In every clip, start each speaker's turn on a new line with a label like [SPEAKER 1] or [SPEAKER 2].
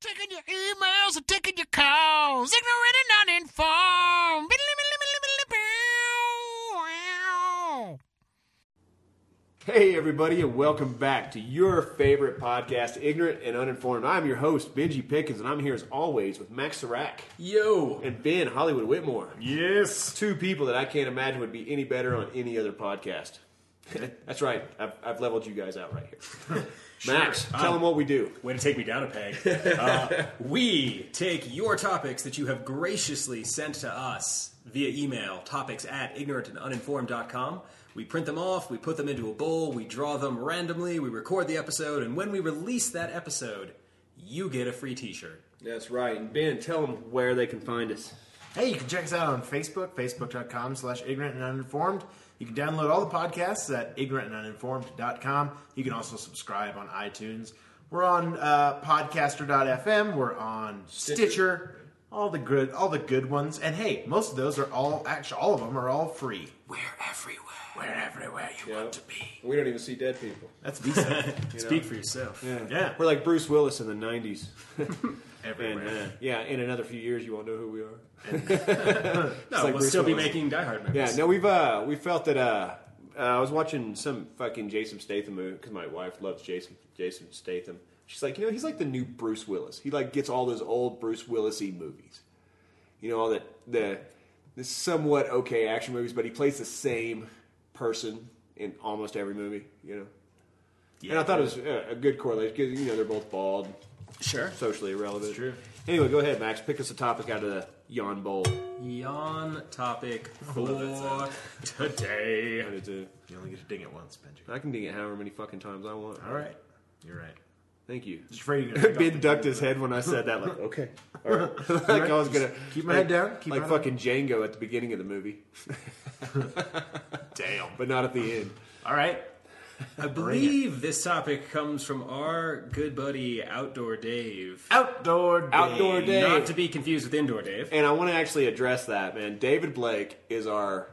[SPEAKER 1] Taking your emails and taking your calls. Ignorant and uninformed.
[SPEAKER 2] Hey, everybody, and welcome back to your favorite podcast, Ignorant and Uninformed. I'm your host, Benji Pickens, and I'm here as always with Max Serac
[SPEAKER 3] Yo.
[SPEAKER 2] and Ben Hollywood Whitmore.
[SPEAKER 3] Yes.
[SPEAKER 2] Two people that I can't imagine would be any better on any other podcast. That's right, I've, I've leveled you guys out right here. Max,
[SPEAKER 3] Sure.
[SPEAKER 2] tell them what we do.
[SPEAKER 3] Way to take me down a peg. Uh, we take your topics that you have graciously sent to us via email, topics at ignorantanduninformed.com. We print them off, we put them into a bowl, we draw them randomly, we record the episode, and when we release that episode, you get a free t shirt.
[SPEAKER 2] That's right, and Ben, tell them where they can find us.
[SPEAKER 4] Hey, you can check us out on Facebook, facebook.com slash ignorant and uninformed. You can download all the podcasts at ignorantanduninformed.com. You can also subscribe on iTunes. We're on uh, podcaster.fm. We're on Stitcher. All the good, all the good ones. And hey, most of those are all actually all of them are all free.
[SPEAKER 3] We're everywhere.
[SPEAKER 4] We're everywhere you want to be.
[SPEAKER 2] We don't even see dead people.
[SPEAKER 4] That's decent.
[SPEAKER 3] Speak for yourself.
[SPEAKER 2] Uh,
[SPEAKER 4] Yeah.
[SPEAKER 2] We're like Bruce Willis in the 90s. and,
[SPEAKER 4] everywhere.
[SPEAKER 2] uh, yeah, in another few years, you won't know who we are.
[SPEAKER 3] No,
[SPEAKER 2] It's like
[SPEAKER 3] we'll
[SPEAKER 2] Bruce
[SPEAKER 3] still be
[SPEAKER 2] Willis.
[SPEAKER 3] making Die Hard movies.
[SPEAKER 2] Yeah, no, we've uh, we felt that uh, uh, I was watching some fucking Jason Statham movie because my wife loves Jason Jason Statham. She's like, you know, he's like the new Bruce Willis. He like gets all those old Bruce Willisy movies. You know, all that the the somewhat okay action movies, but he plays the same person in almost every movie. You know, and I thought it was uh, a good correlation because you know they're both bald,
[SPEAKER 3] Sure.
[SPEAKER 2] socially irrelevant. true. Anyway, go ahead, Max. Pick us a topic out of the yawn bowl.
[SPEAKER 3] Yawn topic for today.
[SPEAKER 2] I need to-
[SPEAKER 4] You only get to ding it once, Benji.
[SPEAKER 2] I can ding it however many fucking times I want.
[SPEAKER 4] All right. You're right.
[SPEAKER 2] Thank you.
[SPEAKER 4] Just afraid you're gonna
[SPEAKER 2] Ben ducked his head when I said that. Like, okay, all right. like I was gonna
[SPEAKER 4] keep my
[SPEAKER 2] like-
[SPEAKER 4] head down, keep
[SPEAKER 2] like
[SPEAKER 4] my head
[SPEAKER 2] fucking Django at the beginning of the movie,
[SPEAKER 4] Damn.
[SPEAKER 2] but not at the end.
[SPEAKER 4] All right.
[SPEAKER 3] I believe this topic comes from our good buddy Outdoor Dave.
[SPEAKER 4] Outdoor day.
[SPEAKER 2] Outdoor day.
[SPEAKER 3] Not to be confused with Indoor Dave.
[SPEAKER 2] And I want to actually address that, man. David Blake is our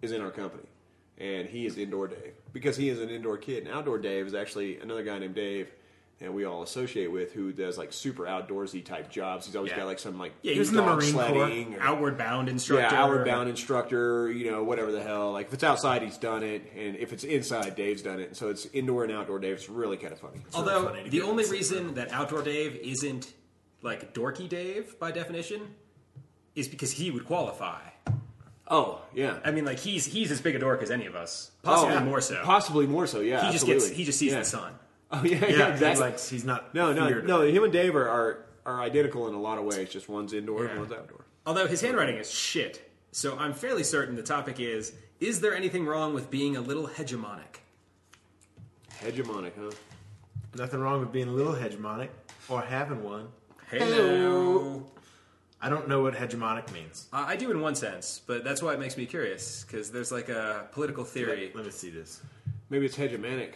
[SPEAKER 2] is in our company, and he is indoor Dave because he is an indoor kid. And outdoor Dave is actually another guy named Dave. that we all associate with who does like super outdoorsy type jobs. He's always
[SPEAKER 4] Yeah.
[SPEAKER 2] got like some like
[SPEAKER 3] Yeah, he was in
[SPEAKER 4] the
[SPEAKER 2] dog
[SPEAKER 4] Marine Corps.
[SPEAKER 2] sledding or-
[SPEAKER 3] Outward bound instructor.
[SPEAKER 2] Yeah, outward bound instructor, you know, whatever the hell. Like if it's outside, he's done it, and if it's inside, Dave's done it. And so it's indoor and outdoor. Dave. It's really kind of funny.
[SPEAKER 3] Although
[SPEAKER 4] funny to
[SPEAKER 3] the
[SPEAKER 4] get
[SPEAKER 3] only
[SPEAKER 4] that
[SPEAKER 3] reason that Outdoor Dave isn't like dorky Dave by definition is because he would qualify.
[SPEAKER 2] Oh yeah,
[SPEAKER 3] I mean, like he's he's as big a dork as any of us, possibly
[SPEAKER 2] Oh, yeah.
[SPEAKER 3] more so.
[SPEAKER 2] Possibly more so. Yeah,
[SPEAKER 3] he just gets
[SPEAKER 2] absolutely.
[SPEAKER 3] he just sees
[SPEAKER 2] yeah.
[SPEAKER 3] the sun.
[SPEAKER 2] Oh yeah, yeah,
[SPEAKER 3] Yeah, he's
[SPEAKER 2] exactly.
[SPEAKER 4] He's like, he's not.
[SPEAKER 2] no, no,
[SPEAKER 4] feared.
[SPEAKER 2] no. Him and Dave are, are are identical in a lot of ways. Just one's indoor
[SPEAKER 3] Yeah.
[SPEAKER 2] and one's outdoor.
[SPEAKER 3] Although his handwriting is shit, so I'm fairly certain the topic is: Is there anything wrong with being a little hegemonic?
[SPEAKER 2] Hegemonic, huh?
[SPEAKER 4] Nothing wrong with being a little hegemonic or having one.
[SPEAKER 3] Hello.
[SPEAKER 4] I don't know what hegemonic means.
[SPEAKER 3] Uh, I do in one sense, but that's why it makes me curious because there's like a political theory.
[SPEAKER 4] Let me see this.
[SPEAKER 2] Maybe it's hegemonic,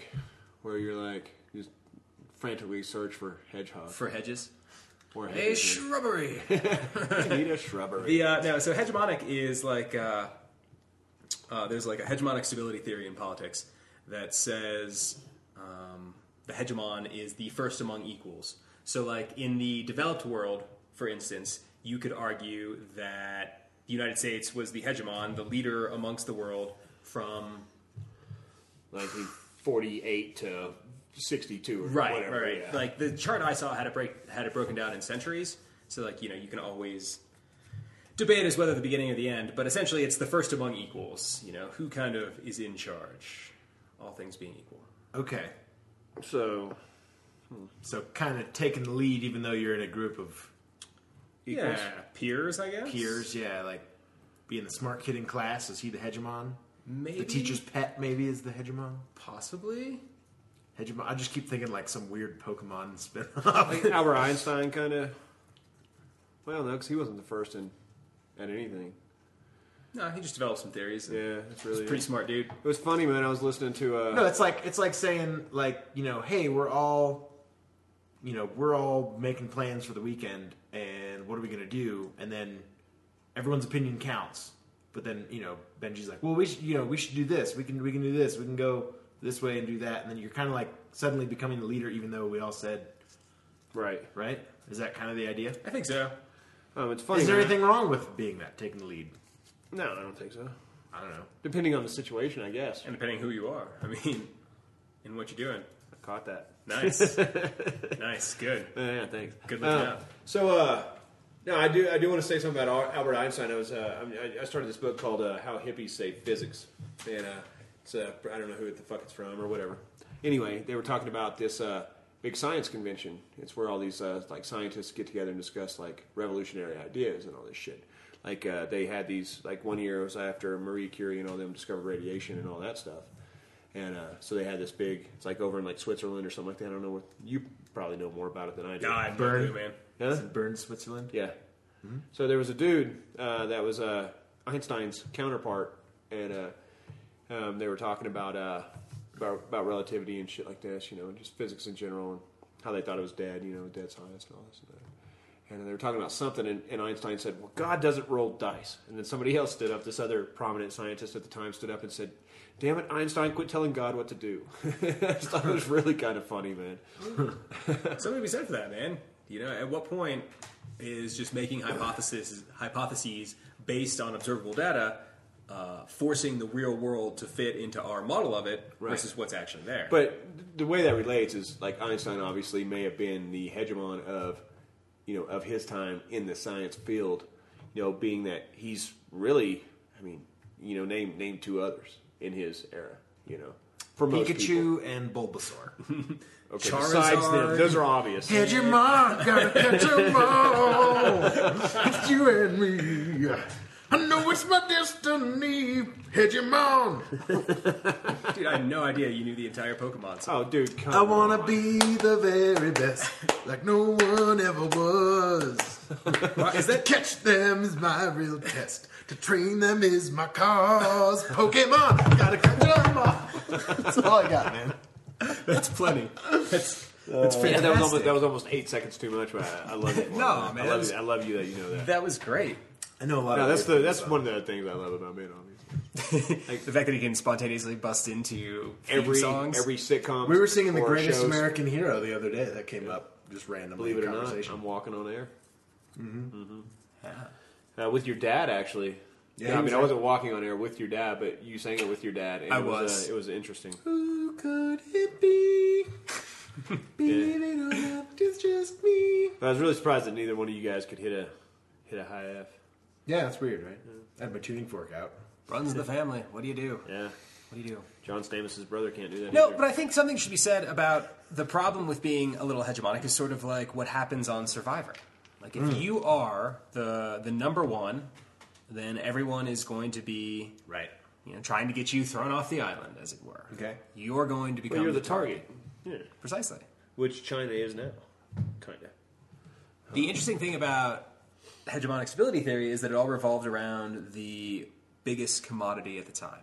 [SPEAKER 2] where you're like just frantically search for hedgehog
[SPEAKER 3] For hedges,
[SPEAKER 2] or
[SPEAKER 3] a
[SPEAKER 2] hedgehog.
[SPEAKER 3] shrubbery.
[SPEAKER 2] You need a shrubbery.
[SPEAKER 3] the uh, no, so hegemonic is like uh, uh, there's like a hegemonic stability theory in politics that says um, the hegemon is the first among equals. So, like in the developed world, for instance, you could argue that the United States was the hegemon, the leader amongst the world from
[SPEAKER 2] 1948 to 62 or
[SPEAKER 3] right,
[SPEAKER 2] whatever.
[SPEAKER 3] right.
[SPEAKER 2] yeah.
[SPEAKER 3] Like the chart I saw had it break had it broken down in centuries. So like you know you can always debate as whether the beginning or the end, but essentially it's the first among equals. You know who kind of is in charge, all things being equal.
[SPEAKER 4] Okay,
[SPEAKER 2] So
[SPEAKER 4] so kind of taking the lead, even though you're in a group of
[SPEAKER 3] Yeah, peers, I guess.
[SPEAKER 4] peers. Yeah, like being the smart kid in class. Is he the hegemon?
[SPEAKER 3] maybe
[SPEAKER 4] The teacher's pet maybe is the hegemon.
[SPEAKER 3] possibly.
[SPEAKER 4] Hegemon. I just keep thinking like some weird Pokemon spin-off.
[SPEAKER 2] like Albert Einstein kind of. Well, no, because he wasn't the first in at anything.
[SPEAKER 3] No, he just developed some theories. and
[SPEAKER 2] Yeah, that's really.
[SPEAKER 3] Pretty smart dude.
[SPEAKER 2] it was funny, man. I was listening to. Uh,
[SPEAKER 4] no, it's like it's like saying like you know, hey, we're all. You know, we're all making plans for the weekend, and what are we going to do? And then everyone's opinion counts. But then you know Benji's like, well, we should, you know we should do this. We can we can do this. We can go this way and do that. And then you're kind of like suddenly becoming the leader, even though we all said
[SPEAKER 2] Right.
[SPEAKER 4] right? Is that kind of the idea?
[SPEAKER 3] I think so.
[SPEAKER 2] Um, it's funny.
[SPEAKER 4] Is there
[SPEAKER 2] man.
[SPEAKER 4] anything wrong with being that, taking the lead?
[SPEAKER 2] No, I don't think so.
[SPEAKER 4] I don't know.
[SPEAKER 2] Depending on the situation, I guess.
[SPEAKER 3] And depending who you are, I mean, and what you're doing.
[SPEAKER 2] I caught that.
[SPEAKER 3] Nice, nice, good.
[SPEAKER 2] Yeah, thanks.
[SPEAKER 3] Good looking
[SPEAKER 2] Uh,
[SPEAKER 3] out.
[SPEAKER 2] So, uh, no, I do. I do want to say something about Al- Albert Einstein. I was. Uh, I, mean, I- I started this book called uh, "How Hippies Save Physics," and uh, it's. Uh, I don't know who the fuck it's from or whatever. Anyway, they were talking about this uh, big science convention. It's where all these uh, like scientists get together and discuss like revolutionary ideas and all this shit. Like uh, they had these. Like one year it was after Marie Curie and all them discovered radiation and all that stuff. And uh, so they had this big. It's like over in like Switzerland or something like that. I don't know what you probably know more about it than I do.
[SPEAKER 3] God,
[SPEAKER 4] Burn.
[SPEAKER 3] burn, man.
[SPEAKER 2] Huh?
[SPEAKER 4] Is it Bern, Switzerland?
[SPEAKER 2] Yeah. So there was a dude uh, that was uh, Einstein's counterpart, and uh, um, they were talking about, uh, about about relativity and shit like this, you know, and just physics in general, and how they thought it was dead, you know, dead science and all this and that. And they were talking about something, and, and Einstein said, "Well, God doesn't roll dice." And then somebody else stood up. This other prominent scientist at the time stood up and said, "Damn it, Einstein! Quit telling God what to do." I just thought it was really kind of funny, man.
[SPEAKER 3] Something to be said for that, man. You know, at what point is just making hypotheses hypotheses based on observable data uh, forcing the real world to fit into our model of it
[SPEAKER 2] Right.
[SPEAKER 3] versus what's actually there?
[SPEAKER 2] But the way that relates is like Einstein obviously may have been the hegemon of, you know, of his time in the science field, you know, being that he's really, I mean, you know, name name two others in his era, you know, for most people.
[SPEAKER 4] Pikachu and Bulbasaur.
[SPEAKER 2] Okay,
[SPEAKER 3] Charizard.
[SPEAKER 2] besides them, those are obvious.
[SPEAKER 4] Digimon, gotta catch 'em all. It's you and me. I know it's my destiny. Digimon.
[SPEAKER 3] dude, I had no idea you knew the entire Pokemon. song.
[SPEAKER 2] Oh, dude, come
[SPEAKER 4] I wanna
[SPEAKER 2] on.
[SPEAKER 4] be the very best, like no one ever was.
[SPEAKER 3] is
[SPEAKER 4] To
[SPEAKER 3] that
[SPEAKER 4] catch them is my real test. To train them is my cause. Pokemon, gotta catch 'em all. That's all I got, man.
[SPEAKER 3] that's plenty? That's
[SPEAKER 4] That's fantastic.
[SPEAKER 2] Yeah, that was almost that was almost eight seconds too much, but I, I love it.
[SPEAKER 3] No, man,
[SPEAKER 2] I
[SPEAKER 3] that
[SPEAKER 2] love,
[SPEAKER 3] was-
[SPEAKER 2] you, I love you that you know Uh, that.
[SPEAKER 3] that was great.
[SPEAKER 4] I know a lot
[SPEAKER 2] No,
[SPEAKER 4] of
[SPEAKER 2] that's
[SPEAKER 4] people
[SPEAKER 2] the that's
[SPEAKER 4] about
[SPEAKER 2] one of the things I love about being on these.
[SPEAKER 3] the fact that he can spontaneously bust into theme
[SPEAKER 2] Every
[SPEAKER 3] songs.
[SPEAKER 2] every sitcom
[SPEAKER 4] We were singing The
[SPEAKER 2] or
[SPEAKER 4] Greatest
[SPEAKER 2] shows,
[SPEAKER 4] American Hero the other day. That came up just randomly
[SPEAKER 2] Believe it
[SPEAKER 4] in
[SPEAKER 2] or not,
[SPEAKER 4] conversation.
[SPEAKER 2] I'm walking on air. Mm-hmm. Uh, with your dad, actually. Yeah,
[SPEAKER 4] Yeah, he
[SPEAKER 2] I mean,
[SPEAKER 4] was
[SPEAKER 2] I
[SPEAKER 4] right.
[SPEAKER 2] wasn't walking on air with your dad, but you sang it with your dad. And
[SPEAKER 3] I
[SPEAKER 2] it was.
[SPEAKER 3] was.
[SPEAKER 2] uh, it was interesting.
[SPEAKER 4] Who could it be? Believe it or not, it's just me.
[SPEAKER 2] I was really surprised that neither one of you guys could hit a hit a high F.
[SPEAKER 4] Yeah, that's weird, right? I had my tuning fork out.
[SPEAKER 3] runs the family. What do you do?
[SPEAKER 2] Yeah,
[SPEAKER 3] What do you do?
[SPEAKER 2] John Stamos' brother can't do that.
[SPEAKER 3] No,
[SPEAKER 2] either.
[SPEAKER 3] but I think something should be said about the problem with being a little hegemonic is sort of like what happens on Survivor. Like if
[SPEAKER 2] Hmm.
[SPEAKER 3] you are the the number one, then everyone is going to be
[SPEAKER 4] Right.
[SPEAKER 3] you know trying to get you thrown off the island, as it were.
[SPEAKER 4] Okay.
[SPEAKER 3] you are going to become
[SPEAKER 2] Well, you're the target. Yeah,
[SPEAKER 3] precisely.
[SPEAKER 2] which China is now, kind of.
[SPEAKER 3] The interesting thing about hegemonic stability theory is that it all revolved around the biggest commodity at the time.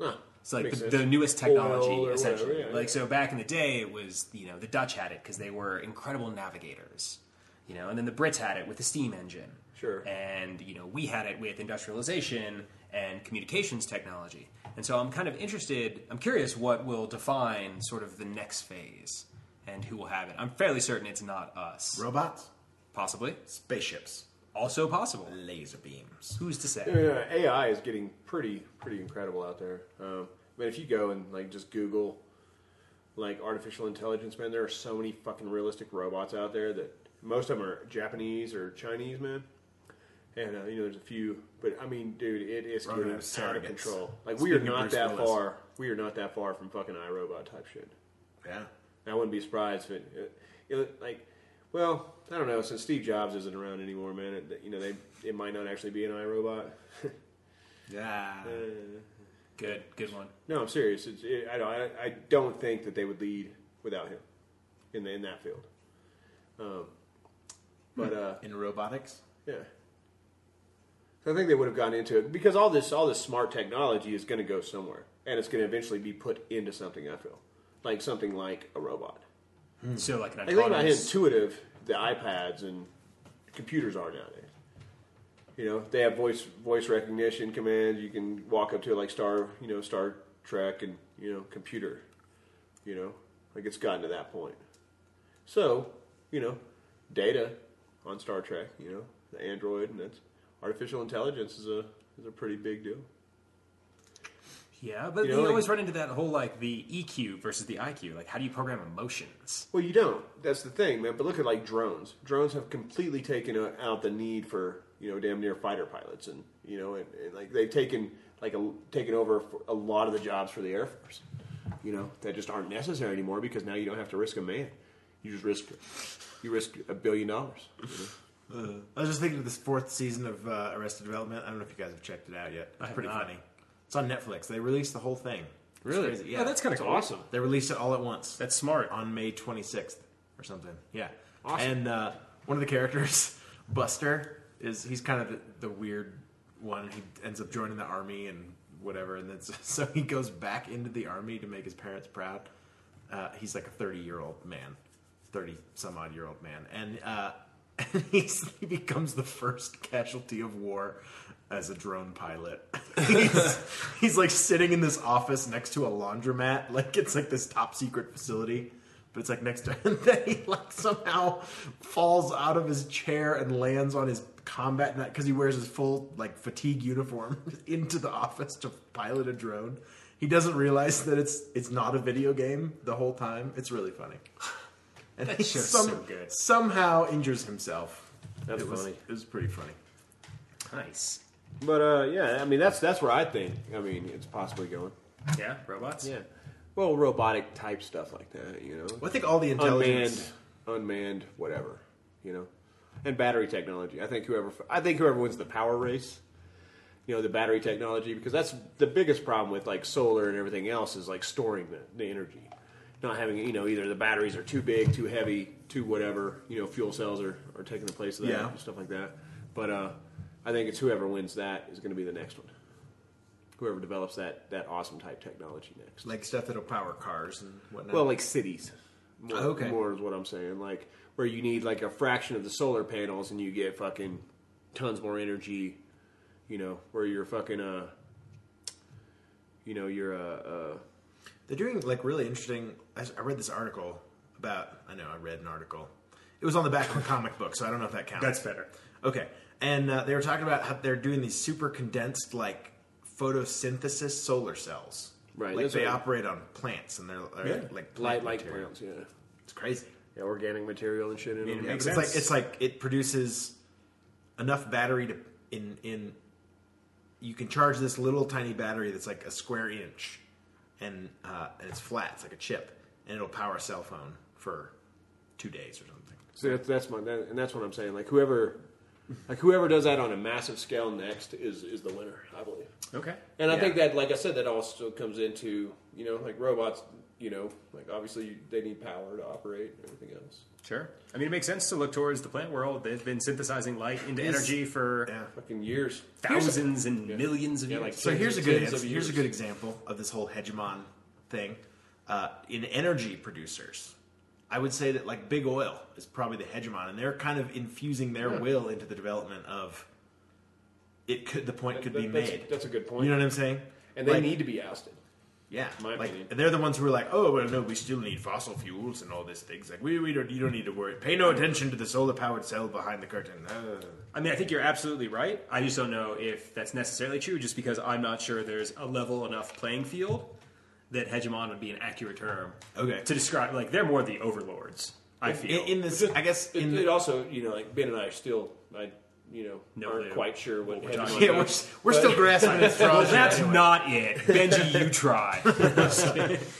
[SPEAKER 2] Huh.
[SPEAKER 3] It's like
[SPEAKER 2] Makes
[SPEAKER 3] the,
[SPEAKER 2] sense.
[SPEAKER 3] the newest technology,
[SPEAKER 2] Oil or
[SPEAKER 3] essentially.
[SPEAKER 2] whatever, yeah,
[SPEAKER 3] like
[SPEAKER 2] yeah.
[SPEAKER 3] so, back in the day, it was you know the Dutch had it because they were incredible navigators, you know, and then the Brits had it with the steam engine.
[SPEAKER 2] Sure.
[SPEAKER 3] And you know we had it with industrialization and communications technology. And so I'm kind of interested. I'm curious what will define sort of the next phase and who will have it. I'm fairly certain it's not us.
[SPEAKER 4] Robots,
[SPEAKER 3] Possibly,
[SPEAKER 4] spaceships,
[SPEAKER 3] also possible.
[SPEAKER 4] laser beams.
[SPEAKER 3] Who's to say?
[SPEAKER 2] Yeah, AI is getting pretty pretty incredible out there. Um, man, if you go and like just Google like artificial intelligence, man, there are so many fucking realistic robots out there that most of them are Japanese or Chinese, man. And uh, you know, there's a few, but I mean, dude, it is getting
[SPEAKER 4] Robots,
[SPEAKER 2] out of
[SPEAKER 4] surrogates.
[SPEAKER 2] control. Like we are
[SPEAKER 4] Speaking of
[SPEAKER 2] not
[SPEAKER 4] Bruce
[SPEAKER 2] that
[SPEAKER 4] Willis.
[SPEAKER 2] far. We are not that far from fucking iRobot type shit.
[SPEAKER 4] Yeah.
[SPEAKER 2] And I wouldn't be surprised if it, it, it- like, well, I don't know. Since Steve Jobs isn't around anymore, man, it, you know, they it might not actually be an iRobot.
[SPEAKER 4] Yeah.
[SPEAKER 3] Good, good one.
[SPEAKER 2] No, I'm serious. It's, it, I, don't, I, I don't think that they would lead without him in the, in that field. Um, but uh,
[SPEAKER 4] In robotics?
[SPEAKER 2] yeah, so I think they would have gotten into it because all this all this smart technology is going to go somewhere, and it's going to eventually be put into something. I feel like something like a robot.
[SPEAKER 4] Hmm.
[SPEAKER 3] So like an
[SPEAKER 2] Like think about how
[SPEAKER 3] autonomous.
[SPEAKER 2] intuitive the iPads and computers are nowadays. You know, they have voice voice recognition commands. You can walk up to it like Star, you know, Star Trek, and you know, computer. You know, like it's gotten to that point. So, you you know, data on Star Trek. You know, the android and its artificial intelligence is a is a pretty big deal.
[SPEAKER 3] Yeah, but
[SPEAKER 2] You
[SPEAKER 3] you,
[SPEAKER 2] know, like-
[SPEAKER 3] always run into that whole like the EQ versus the IQ. Like, how do you program emotions?
[SPEAKER 2] Well, you don't. That's the thing, man. But look at like drones. Drones have completely taken o- out the need for you know damn near fighter pilots, and you know, and, and like they've taken like a, taken over for a lot of the jobs for the Air Force. You know that just aren't necessary anymore because now you don't have to risk a man. You just risk you risk a billion dollars.
[SPEAKER 4] I was just thinking of this fourth season of uh, Arrested Development. I don't know if you guys have checked it out yet. It's
[SPEAKER 3] have
[SPEAKER 4] pretty
[SPEAKER 3] not.
[SPEAKER 4] funny. It's on Netflix. They released the whole thing. It's crazy. Yeah,
[SPEAKER 3] Yeah, that's kind of
[SPEAKER 2] That's
[SPEAKER 3] cool.
[SPEAKER 2] awesome.
[SPEAKER 4] they released it all at once.
[SPEAKER 3] That's smart.
[SPEAKER 4] on May 26th or something. Yeah.
[SPEAKER 2] Awesome.
[SPEAKER 4] And uh, one of the characters, Buster, is he's kind of the, the weird one. He ends up joining the army and whatever, and then so, so he goes back into the army to make his parents proud. Uh, he's like a 30 year old man, 30 some odd year old man, and uh, he's, he becomes the first casualty of war as a drone pilot. he's, he's like sitting in this office next to a laundromat, like it's like this top secret facility. But it's like next to and then he like somehow falls out of his chair and lands on his combat net because he wears his full like fatigue uniform into the office to pilot a drone. He doesn't realize that it's it's not a video game the whole time. It's really funny. And
[SPEAKER 3] That
[SPEAKER 4] he
[SPEAKER 3] show's so good.
[SPEAKER 4] Somehow injures himself.
[SPEAKER 2] That's
[SPEAKER 4] it was,
[SPEAKER 2] funny.
[SPEAKER 4] It was pretty funny.
[SPEAKER 3] Nice.
[SPEAKER 2] But uh, yeah, I mean that's that's where I think. I mean it's possibly going.
[SPEAKER 3] Yeah, robots.
[SPEAKER 2] Yeah. Well, robotic type stuff like that, you know.
[SPEAKER 4] Well, I think all the
[SPEAKER 2] unmanned,
[SPEAKER 4] intelligence.
[SPEAKER 2] unmanned, whatever, you know, and battery technology. I think whoever I think whoever wins the power race, you know, the battery technology because that's the biggest problem with like solar and everything else is like storing the, the energy, not having you know either the batteries are too big, too heavy, too whatever. You know, fuel cells are, are taking the place of that
[SPEAKER 4] Yeah.
[SPEAKER 2] and stuff like that. But uh, I think it's whoever wins that is going to be the next one. Whoever develops that that awesome type technology next.
[SPEAKER 4] Like stuff that'll power cars and whatnot.
[SPEAKER 2] Well, like cities. More,
[SPEAKER 4] Oh, okay.
[SPEAKER 2] More is what I'm saying. Like where you need like a fraction of the solar panels and you get fucking tons more energy. You know where you're fucking uh. You know you're uh, uh
[SPEAKER 4] They're doing like really interesting. I, I read this article about. I know I read an article. It was on the back of a comic book, so I don't know if that counts.
[SPEAKER 3] That's better.
[SPEAKER 4] Okay, and uh, they were talking about how they're doing these super condensed like photosynthesis solar cells.
[SPEAKER 2] Right,
[SPEAKER 4] like
[SPEAKER 2] those
[SPEAKER 4] they
[SPEAKER 2] are-
[SPEAKER 4] operate on plants, and they're, they're
[SPEAKER 3] Yeah.
[SPEAKER 4] like plant
[SPEAKER 2] light like
[SPEAKER 4] material.
[SPEAKER 2] plants. Yeah.
[SPEAKER 4] It's crazy.
[SPEAKER 2] Yeah, organic material and shit in
[SPEAKER 3] mean,
[SPEAKER 2] them.
[SPEAKER 3] it
[SPEAKER 4] Yeah,
[SPEAKER 3] Makes
[SPEAKER 4] but it's like
[SPEAKER 3] sense.
[SPEAKER 4] it's like it produces enough battery to in in you can charge this little tiny battery that's like a square inch and uh, and it's flat, it's like a chip, and it'll power a cell phone for two days or something.
[SPEAKER 2] So that's, that's my that, and that's what I'm saying. Like whoever, like whoever does that on a massive scale next is is the winner, I believe.
[SPEAKER 3] Okay.
[SPEAKER 2] And I
[SPEAKER 4] Yeah.
[SPEAKER 2] think that, like I said, that also comes into you know, like robots. You know, like obviously they need power to operate and everything else.
[SPEAKER 3] Sure. I mean, it makes sense to look towards the plant world. They've been synthesizing light into
[SPEAKER 4] Is-
[SPEAKER 3] energy for
[SPEAKER 4] Yeah.
[SPEAKER 2] Fucking years.
[SPEAKER 3] thousands and millions of
[SPEAKER 2] Yeah, like
[SPEAKER 3] years.
[SPEAKER 4] So here's a good
[SPEAKER 2] Tens of
[SPEAKER 4] ans- here's a
[SPEAKER 2] years.
[SPEAKER 4] good example of this whole hegemon thing uh, in energy producers. I would say that like big oil is probably the hegemon, and they're kind of infusing their will into the development of it. Could the point could be
[SPEAKER 2] That- that's-
[SPEAKER 4] made?
[SPEAKER 2] That's a good point.
[SPEAKER 4] You know what I'm saying?
[SPEAKER 2] and they
[SPEAKER 4] Like,
[SPEAKER 2] need to be ousted.
[SPEAKER 4] yeah,
[SPEAKER 2] my
[SPEAKER 4] like
[SPEAKER 2] opinion.
[SPEAKER 4] and they're the ones who are like, oh well, no, we still need fossil fuels and all these things. Like we, we don't, you don't need to worry. Pay no attention to the solar powered cell behind the curtain. Uh,
[SPEAKER 3] I mean, I think you're absolutely right. I just don't know if that's necessarily true, just because I'm not sure there's a level enough playing field that hegemon would be an accurate term.
[SPEAKER 4] Okay.
[SPEAKER 3] To describe, like, they're more the overlords, I feel.
[SPEAKER 4] in, in this, I guess
[SPEAKER 2] It,
[SPEAKER 4] in the,
[SPEAKER 2] it also, you know, like Ben and I are still, I, you know,
[SPEAKER 3] No,
[SPEAKER 2] aren't
[SPEAKER 3] they-
[SPEAKER 2] quite sure what
[SPEAKER 3] we're
[SPEAKER 2] hegemony
[SPEAKER 3] talking
[SPEAKER 4] yeah, we're,
[SPEAKER 2] is.
[SPEAKER 4] s- we're still grasping at straws. here
[SPEAKER 3] that's
[SPEAKER 4] anyway.
[SPEAKER 3] not it. Benji, you try.